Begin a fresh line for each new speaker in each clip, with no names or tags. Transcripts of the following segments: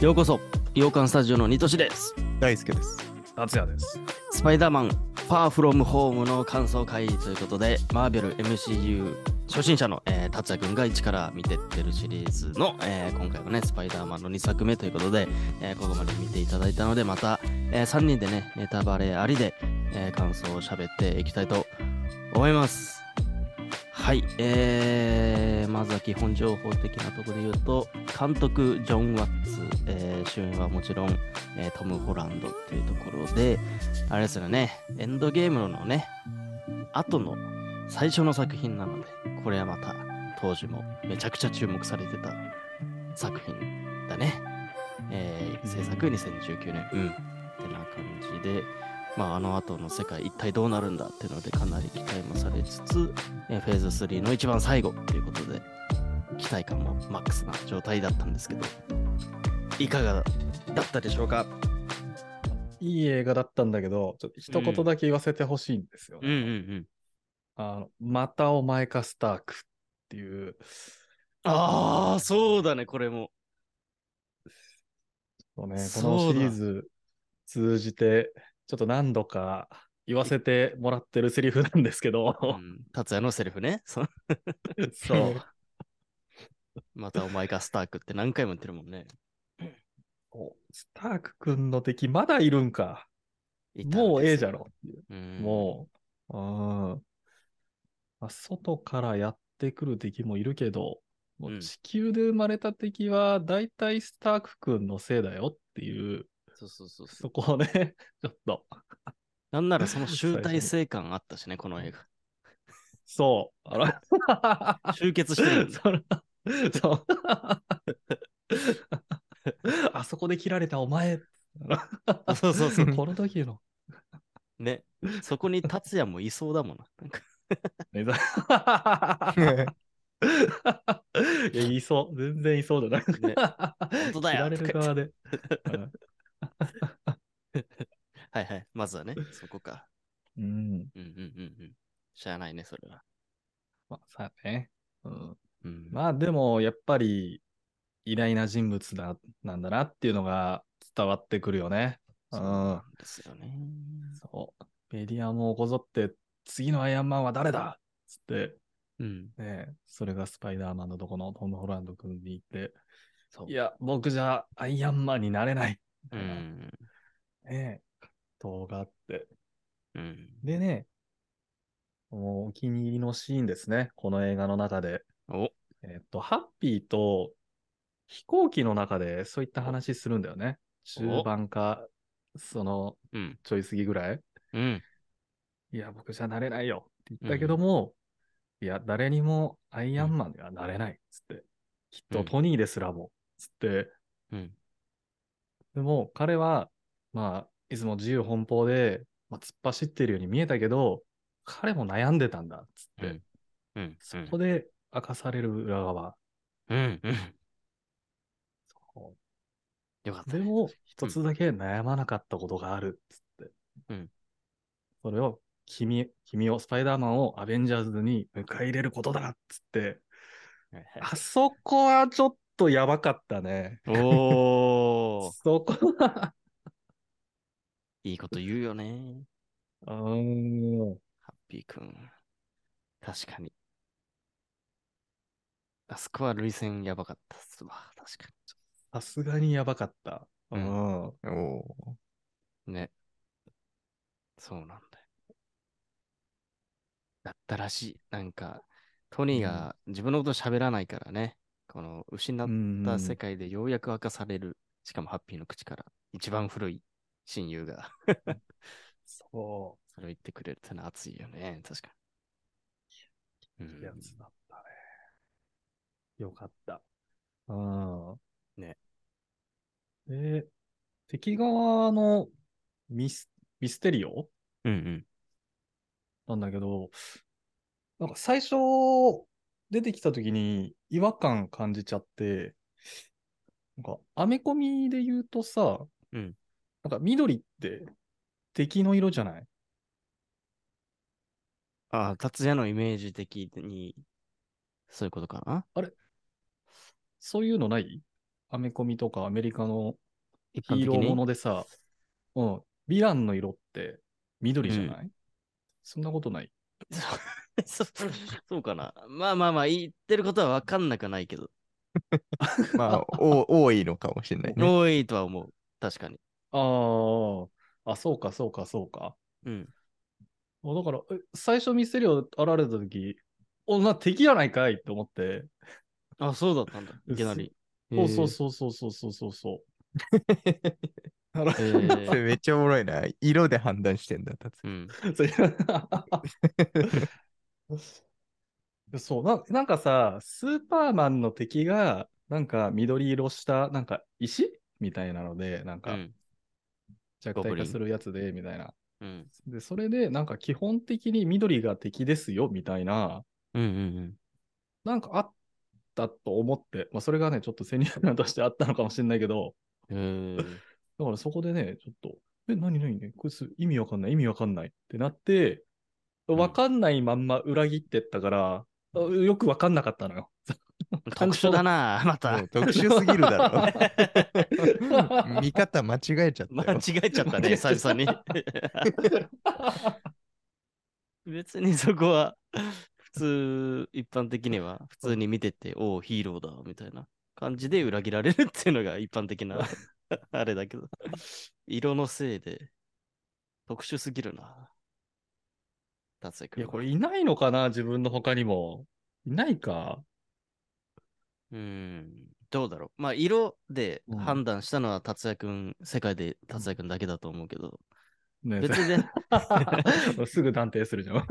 ようこそ洋館スタジオのニトシです
大輔です。
達也です。
スパイダーマン「パーフロムホーム」の感想会ということでマーベル MCU 初心者の、えー、達也くんが一から見てってるシリーズの、えー今回はねスパイダーマンの2作目ということで、えーここまで見ていただいたのでまた、え3人でねネタバレありで、えー感想を喋っていきたいと思いますはい、えー、まずは基本情報的なところで言うと、監督、ジョン・ワッツ、えー主演はもちろん、えートム・ホランドっていうところで、あれですよね、エンドゲームのね、後の最初の作品なので、これはまた当時もめちゃくちゃ注目されてた作品だね。えー制作2019年、うん、ってな感じで、まあ、あの後の世界一体どうなるんだっていうのでかなり期待もされつつ、えーフェーズ3の一番最後ということで、期待感もマックスな状態だったんですけど、いかがだったでしょうか
いい映画だったんだけど、ちょっと一言だけ言わせてほしいんですよね、
ん。
あの。またお前かスタークっていう、
ああ、そうだね、これも。
そうね、こ
そうだ
のシリーズ通じて、ちょっと何度か言わせてもらってるセリフなんですけど、
うん達也のセリフね。その
そう。
またお前がスタークって何回も言ってるもんね。
おスターク君の敵まだいるんか。
いたんですよ
もうええじゃろ。っていう
うん
もう、うん。まあ、外からやってくる敵もいるけど、もうんう地球で生まれた敵は大体スターク君のせいだよっていう、
そうそうそうそう。
そこをね、 ちょっと、
なんならその集大成感あったしね、この映
そう、あら、
画。集結してるもんね。
そらそう。 あそこで切られたお前、
あ そうそうそう。
この時 の。
ね。そこに達也もいそうだもんな。なんか
ねいや、いそう。全然いそうじゃない。
ね本当だよ
切られる側 で。
はいはい。まずはね、そこか。
うん。
うんうんうんうん。しゃあないね、それは。
まあ、さあね。うん、
うん。
まあ、でも、やっぱり、偉大な人物だなんだなっていうのが伝わってくるよね。
そううんなんですよね。
そう。メディアもこぞって、次のアイアンマンは誰だつって、
うん。
ね、それがスパイダーマンのとこのトム・ホランド君に行って、
そう
い。や、僕じゃアイアンマンになれない。
う。
みたいなんね動画あって。
うん。
でね、もうお気に入りのシーンですね。この映画の中で。
お、
えっと、ハッピーと飛行機の中でそういった話するんだよね。中盤か、その
うん。
ちょい過ぎぐらい。
うん。
いや、僕じゃなれないよって言ったけども、いや、誰にもアイアンマンにはなれないっつって。きっ
う
と
ん
トニーですらも。つって。
うん。
でも彼は、まあ、いつも自由奔放で、まあ、突っ走ってるように見えたけど、彼も悩んでたんだっつって。
うんうん。
そこで明かされる裏側。
うん。うん。
こ
よかっ
う
た
で
ね。
も、一つだけ悩まなかったことがあるっつって。
うん
それを、君、君を、スパイダーマンをアベンジャーズに迎え入れることだっつって。
はいはい
あそこはちょっとやばかったね。
おー、
そこは、
いいこと言うよね。
うーん。
ハッピーくん。確かに。あそこは涙腺やばかったっすわ。確か
さすがにやばかった。
う
うん。
おお
に。ね。そうなんだよ。だったらしい。なんか、トニーが自分のこと喋らないからね。この、失っ
ん
た世界でようやく明かされる。しかもハッピーの口から、一番古い親友が、
そ
それを言ってくれるってのは熱いよね。確かに。う
うんやつだったね。よかった。うん。
ね。
で、敵側のミス、ミステリオ
うんうん。
なんだけど、なんか最初出てきた時に違和感感じちゃって、なんかアメコミで言うとさ、
うん
なんか緑って敵の色じゃない
ああ、達也のイメージ的に、そういうことかな
そういうのないアメコミとかアメリカの
一
ヒ
般
ー
的
ローも
に
のでさ、うん、ヴィランの色って緑じゃない、そんなことない。
そそうかな。まあまあまあ、言ってることは分かんなくはないけど、
まあ、お多いのかもしれないね。
多いとは思う。確かに。
ああ、あ、そうか、そうか、そうか。
うん。
あだから、え最初ミステリオ現れた時お、な、敵やないかいって思って。
あ、そうだったんだ。いきなり。
そうそうそうそうそうそうそうそう。あら
へー。
それめっちゃおもろいな。色で判断してんだ、達
うん。
それ そうな、なんかさ、スーパーマンの敵が、なんか緑色した、なんか石みたいなので、なん
う
か
ん。ゴ
弱
ブ
体
リ
化
ン
するやつで、みたいな。
うん。
で、それで、なんか基本的に緑が敵ですよ、みたいな、
うん。うん
なんかあったと思って、まあ、それがね、ちょっと戦略としてあったのかもしれないけど、
うん。へー
だからそこでね、ちょっと、え、何何何こいつ意味わかんない、意味わかんないってなって、
ん
わかんないまんま裏切ってったから、あよくわかんなかったの よ。
特殊だな、また
も。う特殊すぎるだ ろ。見方間違えちゃっ
間
たよ
違。えちゃったね、久々に。別にそこ は、普通、一般的には、普通に見てて、おお、ヒーローだ、みたいな感じで裏切られるっていうのが一般的な、 あれだけど。色のせいで、特殊すぎるな。達也
い
君
や、
は。
これいないのかな自分の他にも。いないか
うん、どうだろう。まあ、色で
うん
判断したのは達也君、世界で達也君だけだと思うけど、
ね
別で、
すぐ断定するじゃん。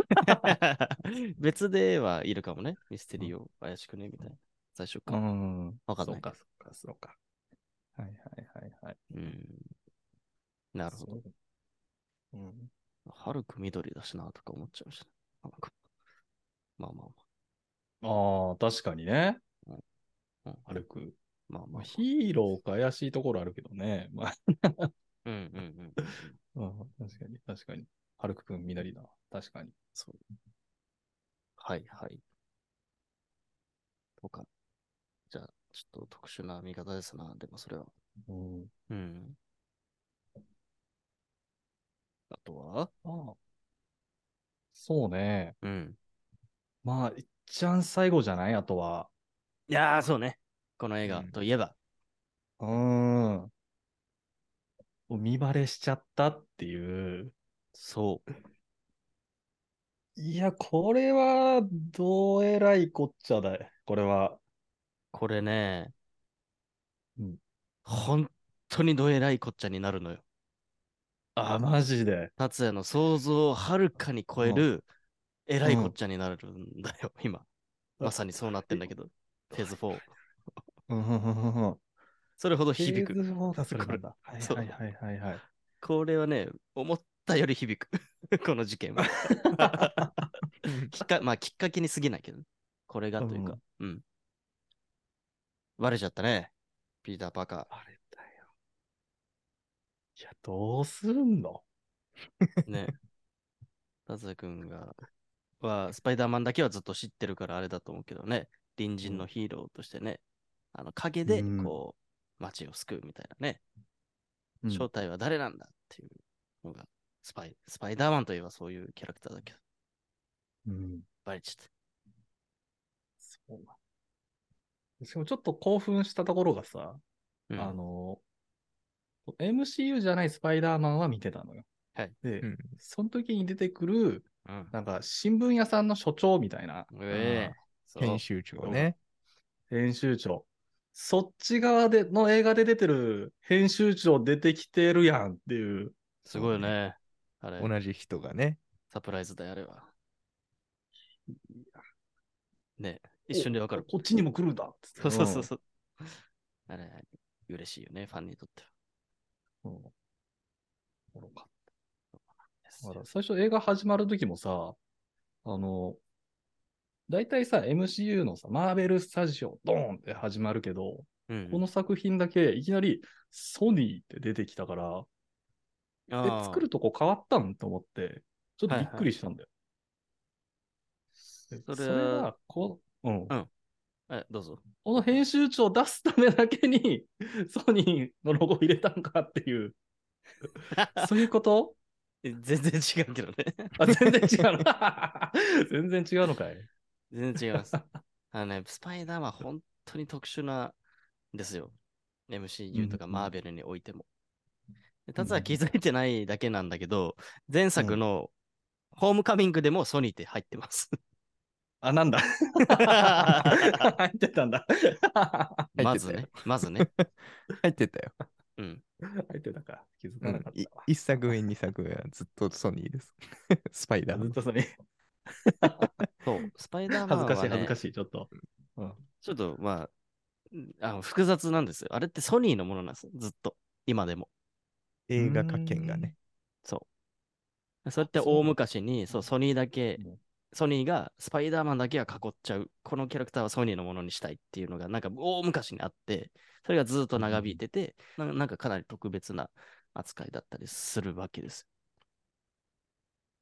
別ではいるかもね。ミステリーを怪しくねみたいな。最初か。
ん。
わかん
そ
な
う
い。
か、そうか、そうか。はいはいはいはい。
うん。なるほど。
ど。うん、
ハルク緑だしなとか思っちゃうし、ね。なんかまあまあ
ああ、確かにね。
まあ。うん
歩く。
まあま
ま
あ
あ、。ヒーローか怪しいところあるけどね。まあ
うんうんうん。
うん確かに、確かに。はるくくん、みなりだ。確かに。
はいはい。とか。じゃあ、ちょっと特殊な見方ですな。でもそれは。
うん。
うん。あとは
ああ。そうね。
うん。
まあ、いっちゃん最後じゃないあとは。
いやー、そうね。この映画といえば。
うーん。もう見バレしちゃったっていう。
そう。
いや、これは、どうえらいこっちゃだい。これは。
これね、
うん
本当にどえらいこっちゃになるのよ。
あ、マジで。
達也の想像をはるかに超える、えらいこっちゃになるんだよ、今。まさにそうなってんだけど、フェーズ4。
うん、うん、うん、うん。
それほど響
フェ
く。
ーズ4だそれなんだ。はい
そう
はいはいは いはい。
これはね、思ったより響く。 この事件は。きっかまあ、きっかけに過ぎないけどね、これがというか、うん。バレちゃったね、ピーター・パーカ
あれだよ。いや、どうすんの
ー。ね。達也君が、は、スパイダーマンだけはずっと知ってるからあれだと思うけどね、隣人のヒーローとしてね、あの、影で、
うん
こう、街を救うみたいなね、
うん
正体は誰なんだっていうのが、スパイ、スパイダーマンといえばそういうキャラクターだけど、
うん。
バレちゃった。
そうなんしかもちょっと興奮したところがさ、
うん
あの、MCU じゃないスパイダーマンは見てたのよ。
はい。
で、
うん
その時に出てくる、
うん
なんか新聞屋さんの所長みたいな、
ええそう
編集長ね。
編集長。そっち側での映画で出てる編集長出てきてるやんっていう。
すごいね。あれ、
同じ人がね。
サプライズだよ、あれは。ね、一瞬でわかる。
こっちにも来るんだっつっ
そ
て
うそうそうそう。あれ、嬉しいよね、ファンにとっては。
うんうんおもろかっただから最初映画始まる時もさ、あの、大体さ、MCU のさ、マーベルスタジオ、ドーンって始まるけど、
うん
この作品だけいきなりソニーって出てきたから、え、作るとこ変わったんと思って、ちょっとびっくりしたんだよ。
そ
で
れ
それ
は
は、こう、うん。
うんえ、どうぞ。
この編集長を出すためだけに、ソニーのロゴ入れたんかって いう。そういうこと
え全然違うけどね。
あ、全然違うな。 全然違うのかい。
全然違い ます。あのね、スパイダーマンは本当に特殊なんですよ。MCU とか
うん
マーベルにおいても。でただは気づいてないだけなんだけど、前作のホームカミングでもソニーって入ってます。
あ、なん だ。入ってたんだ。
たよ
まずね、まずね。
入ってたよ。
うん。
入ってたか。気づかなかっ
い
たわ。
一作目、二作目はずっとソニーです。 スパイダーマ
ず
ン
っ。とそれ、
そう、スパイダーマン
恥
は、ね、
ずかしい、恥ずかしい、ちょっと。
ちょっとまあ、あの複雑なんですよ。あれってソニーのものなんです。ずっと。今でも。
映画化権がね。
そう。そうやって
そうなんだ
大昔に、そう、ソニーだけ
うん、
ソニーがスパイダーマンだけは囲っちゃう。このキャラクターはソニーのものにしたいっていうのが、なんか大昔にあって、それがずっと長引いてて、ななんかかなり特別な扱いだったりするわけです。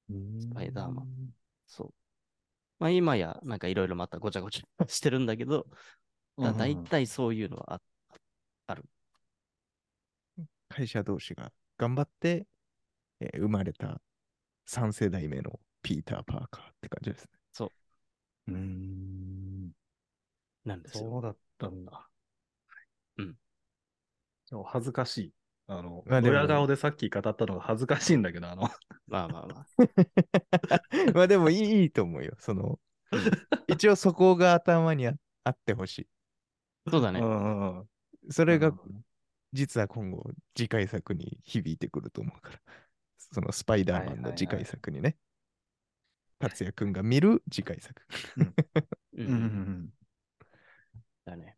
ス
パイダーマン。そう。まあ今や、なんかいろいろまたごちゃごちゃしてるんだけど、だ
だ
だ
い
いたいそういうのはあ
会社同士が頑張って、えー生まれた3世代目のピーター・パーカーって感じですね。
うん。
なんですよ。
そうだったんだ。
うん。
でも恥ずかしい。あの、
まあでも
裏顔でさっき語ったのが恥ずかしいんだけど、あの、
まあまあまあ。
まあでもいいいいと思うよ。その、一応そこが頭にああってほし
そうだね。
うんうん
い。それが
なるほどね
実は今後次回作に響いてくると思うから。 そのスパイダーマン
はいはいは
の
い
次回作にね。達也くんが見る次回作。
う
うんうんうん。
だね。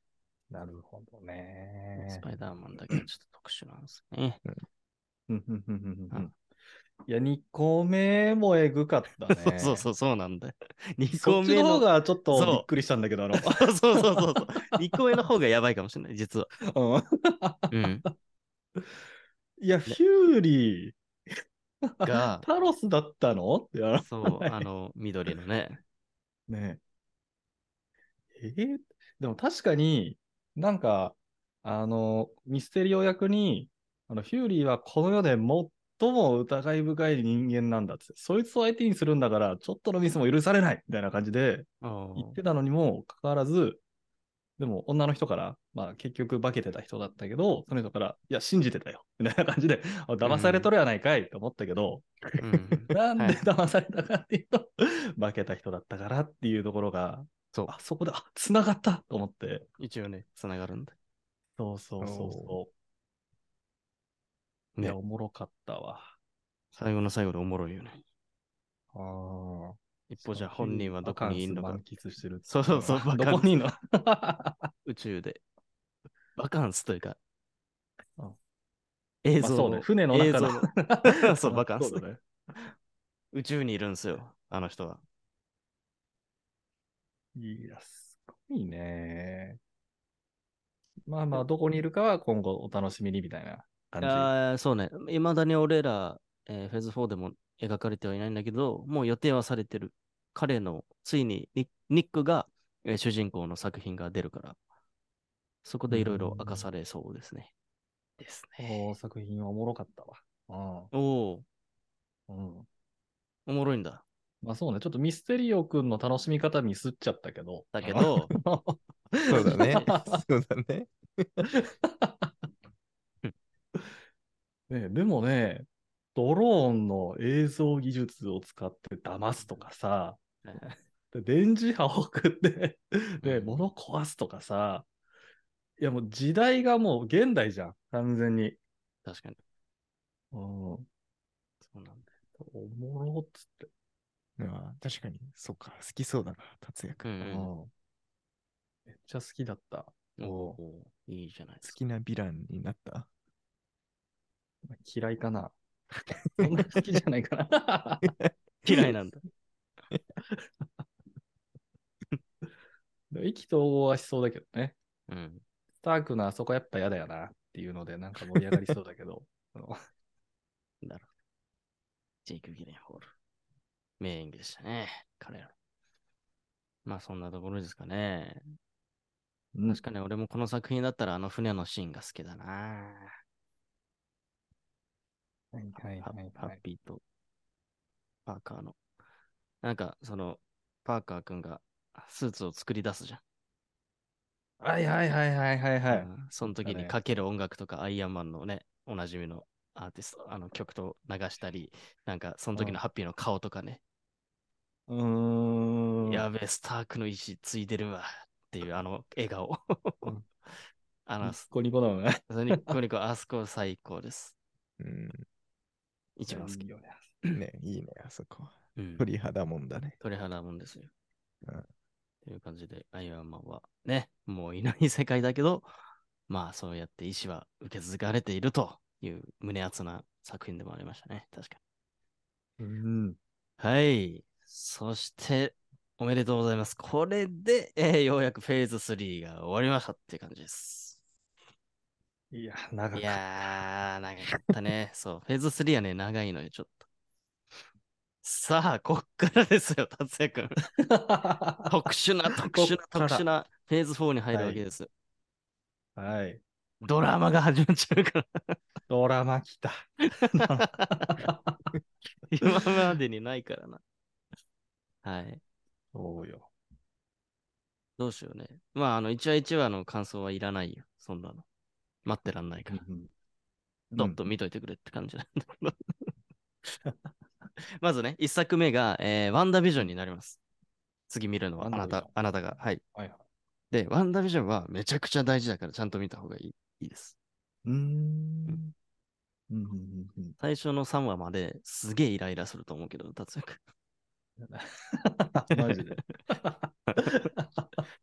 なるほどね
ス。パイダーマンだけはちょっと特殊なんですね。
うんうんうんうんうん
うん。
いや、2個目もえぐかったね
そうそうそうなん だよ。2
そ
個
っち
目
の方
の。
がちょっと
そう
びっくりしたんだけど、あの、
そうそうそうそう。2個目の方がやばいかもしれない、実は。
うん
うん。
いや、フューリー、
が、
タロスだったのって、あの
そう、あの、緑のね。
ねえ。えーでも確かになんか、あの、ミステリオ役に、あの、ヒューリーはこの世で最も疑い深い人間なんだっつって、そいつを相手にするんだから、ちょっとのミスも許されないみたいな感じで言ってたのにもかかわらず、でも女の人から、まあ結局化けてた人だったけど、その人から、いや、信じてたよ、 みたいな感じで、あ騙されとるやないかいと思ったけど、
うん
なん
はい
で騙されたかっていうと、化けた人だったからっていうところが、
そう
あそこで、あ繋がったと思って。
一応ね、つながるんだ。
そうそうそうそう。
ね
ね、おもろかったわ。
最後の最後でおもろいよね。
ああ。
一方じゃ本人はどこにいるのか
満。喫してる。
そうそうそう
あ
バカンス
どこにいるの
宇宙で。バカンスというか
うん。
映
まあ
像
そう
の
ね、船の
映
中
像
の。
のそう、バカンス
そう。だね。
宇宙にいるんですよ、あの人は。
いや、すごいね。まあまあ、どこにいるかは今後お楽しみにみたいな感じ。
ああ、そうね。いまだに俺ら、えーフェーズ4でも描かれてはいないんだけど、もう予定はされてる。彼の、ついにニニックが、えー主人公の作品が出るから、そこでいろいろ明かされそうですね。です
こ
ね。
の作品はおもろかったわ。
おお
うん。うん。
ー、おもろいんだ。
まあそうね、ちょっとミステリオくんの楽しみ方ミスっちゃったけど。。
だけ ど、
そうだね そうだね。
ね、でもね、ドローンの映像技術を使って騙すとかさ、で電磁波を送って、ね、物壊すとかさ、いやもう時代がもう現代じゃん、完全に。
確かに。
うん、お
そうなんだよ。
もろっつって。
まあ確かに、そうか、好きそうだな、達也
う
くん。
うん
ん
めっちゃ好きだった。
うん。おおー、いいじゃないです
好
か。
きなヴィランになった。
嫌いか な。そんな好きじゃないかな。
嫌いなん だ。
でも意気投合はしそうだけどね。
うん。
スタークのあそこやっぱ嫌だよなっていうので、なんか盛り上がりそうだけど。あの
ジェイク・ギレンホール。名演技でしたね。彼ら。まあそんなところですかね。
うん
確かに俺もこの作品だったらあの船のシーンが好きだな。
はいはい
ハ
はいはい
ッハッピーとパーカーの。なんかそのパーカーくんがスーツを作り出すじゃん。
はいはいはいはいはい
う
はい。
んその時
あ
に
れ
かける音楽とかアイアンマンのね、おなじみのアーティスト、あの曲と流したり、なんかその時
うん
のハッピーの顔とかね、
うーん。
やべえ、スタークの石ついてるわっていうあの笑顔
うん。
あ
ニ
の、
ッコニコだもんね。
それにこれこあそこ最高です。
う
一番好き
いい。よね。
ん。ね、いいね、あそこは。
うん
鳥肌もんだね。
鳥肌もんですよ。
うん
っていう感じで、アイアンマンはね、もういない世界だけど、まあそうやって意志は受け継がれているという胸熱な作品でもありましたね。確か
うん。
に。はい。そして、おめでとうございます。これで、えーようやくフェーズ3が終わりましたっていう感じです。
いや、長かっ
い
た。
やー、長かったね。 そう、フェーズ3はね、長いのよ、ちょっと。さあ、こっからですよ、達也くん。 特殊な、特殊な、
こっから
特殊なフェーズ4に入るわけです。
はい。
ドラマが始まっちゃうから。
ドラマ 来た。
今までにないからな。はい。
そうよ。
どうしようね。まあ、あの、一話一話の感想はいらないよ。そんなの。待ってらんないから。
うん
どっと見といてくれって感じなんだけど。 まずね、一作目が、えーワンダービジョンになります。次見るのはあ
ワ
な
ンダー
た
ビジョン、
あなたが。はい。
はいはい。
で、ワンダービジョンはめちゃくちゃ大事だから、ちゃんと見た方がいいいいです。
うーん。うんうんうんうん
最初の3話まですげえイライラすると思うけど、達也君。
マジ で。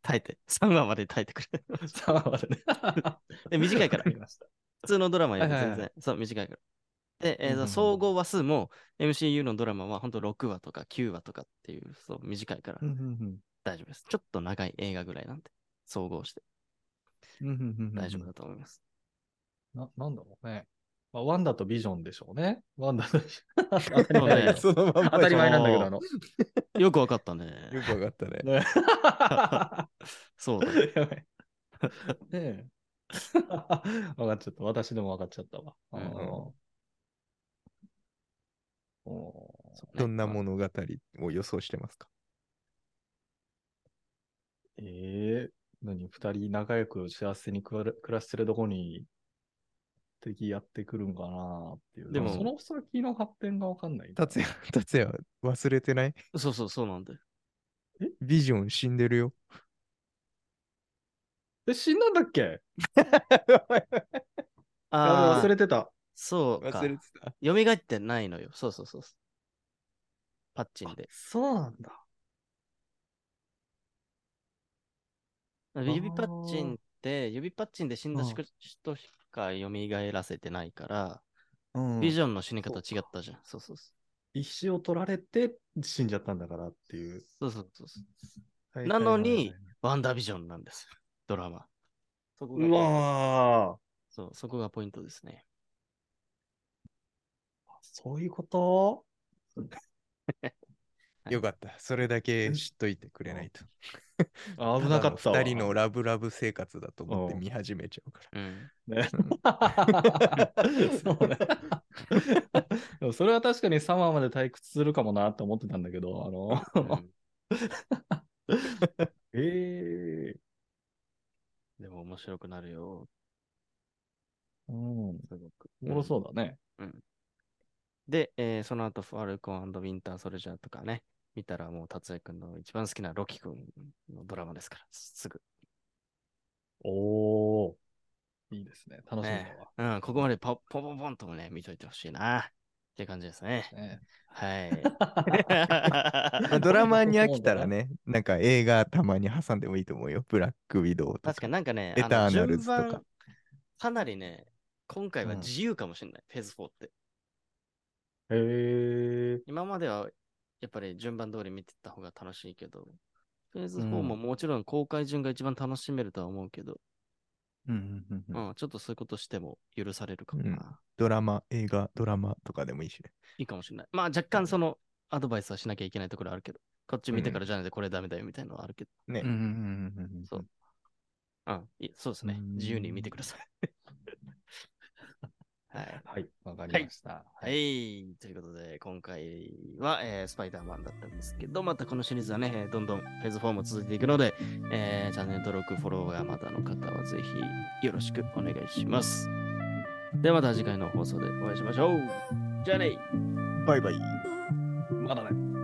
耐えて。3話 まで耐えてくれ。
さあ、まだ ね。
で短 いから
わりました
普通のドラマより全然、
はいはいは
そう、短いから。で、えー
うんうんうん
総合話数も MCU のドラマは本当6話とか9話とかっていう、そう、短いから
うんうん
大丈夫です。ちょっと長い映画ぐらいなんで、総合して
うんうんうんうん
大丈夫だと思います。
な、なんだろうね。まあ、ワンダとビジョンでしょうね。ワンダとビジョン
そうね
そのまんま
当たり前なんだけど、あの。
よくわかった
よ
ね。
くわかったね。
そうだね。
やばい。 ねえ。 分かっちゃった。私でも分かっちゃったわ。あ
うん
ーお
そうね
どんな物語を予想してますか
ーええ何二人仲良く幸せに暮ら暮らしてるとこに敵やってくるんかなっていう。
でも
その先の発展が分かんない。
達也、達也、忘れてない
そうそうそうなんだよ。
ビジョン死んでるよ。
え、死んだんだっけ あ
あ
もう
あ、
忘れてた。
そうか
忘。れてた。
蘇ってないのよ。そうそうそうそう。パッチンで。
そうなんだ。
指パッチンって、指パッチンで死んだ
うん
人人しか蘇らせてないから、
うん
ビジョンの死に方
そう
違
か
ったじゃん。そうそうそ
石を取られて死んじゃったんだからっていう。
う。そうそうそうそう。なのに
はいはいはいはい、
ワンダービジョンなんですよ。ドラマ。そこが
うわ
そうそこがポイントですね。
ーそういうこと
よかった。それだけ知っといてくれないと。
あ危なかった
だ
わ。
の二人のラブラブ生活だと思って
うん
見始めちゃうか
うん。
ね
ら。うん
そう ね。でもそれは確かにサマーまで退屈するかもなって思ってたんだけど、あ
う
の、
ん
ええ
でも面白くなるよ。
うん。
すごく。
おもろそうだね。
で、えーその後、ファルコンウィンター・ソルジャーとかね、見たらもう達也くんの一番好きなロキくんのドラマですから、すぐ。
おお。いいですね。楽しみだわ。
うん、ここまでポポポポンともね、見といてほしいな。って感じですね。
ね
はい。
まあドラマに飽きたら ね、なんか映画たまに挟んでもいいと思うよ。ブラックウィドウとか。
確かになんかね、
エ
あの
ターナルズとか
順番かなりね、今回は
うん
自由かもしれない、フェーズ4って。
へえ。
今まではやっぱり順番通り見てった方が楽しいけど、フェーズ4
うん
ももちろん公開順が一番楽しめるとは思うけど、
うんうんうん
う
うん
ん、ちょっとそういうことしても許されるかもな。
うんドラマ、映画、ドラマとかでもいいしね。
いいかもしれない。まあ若干そのアドバイスはしなきゃいけないところあるけど、こっち見てからじゃないとこれダメだよみたいなのはあるけど、
ね
うんうんうんうんうん。
そううん、いそうですね
う。ん
自由に見てください。 はい。
はい。わかりました。
は。い。ということで、今回は、えースパイダーマンだったんですけど、またこのシリーズはね、えーどんどんフェーズ4も続いていくので、えーチャンネル登録、フォローがまだの方はぜひよろしくお願いします。ではまた次回の放送でお会いしましょう。じゃあね
バイバイ。
まだね。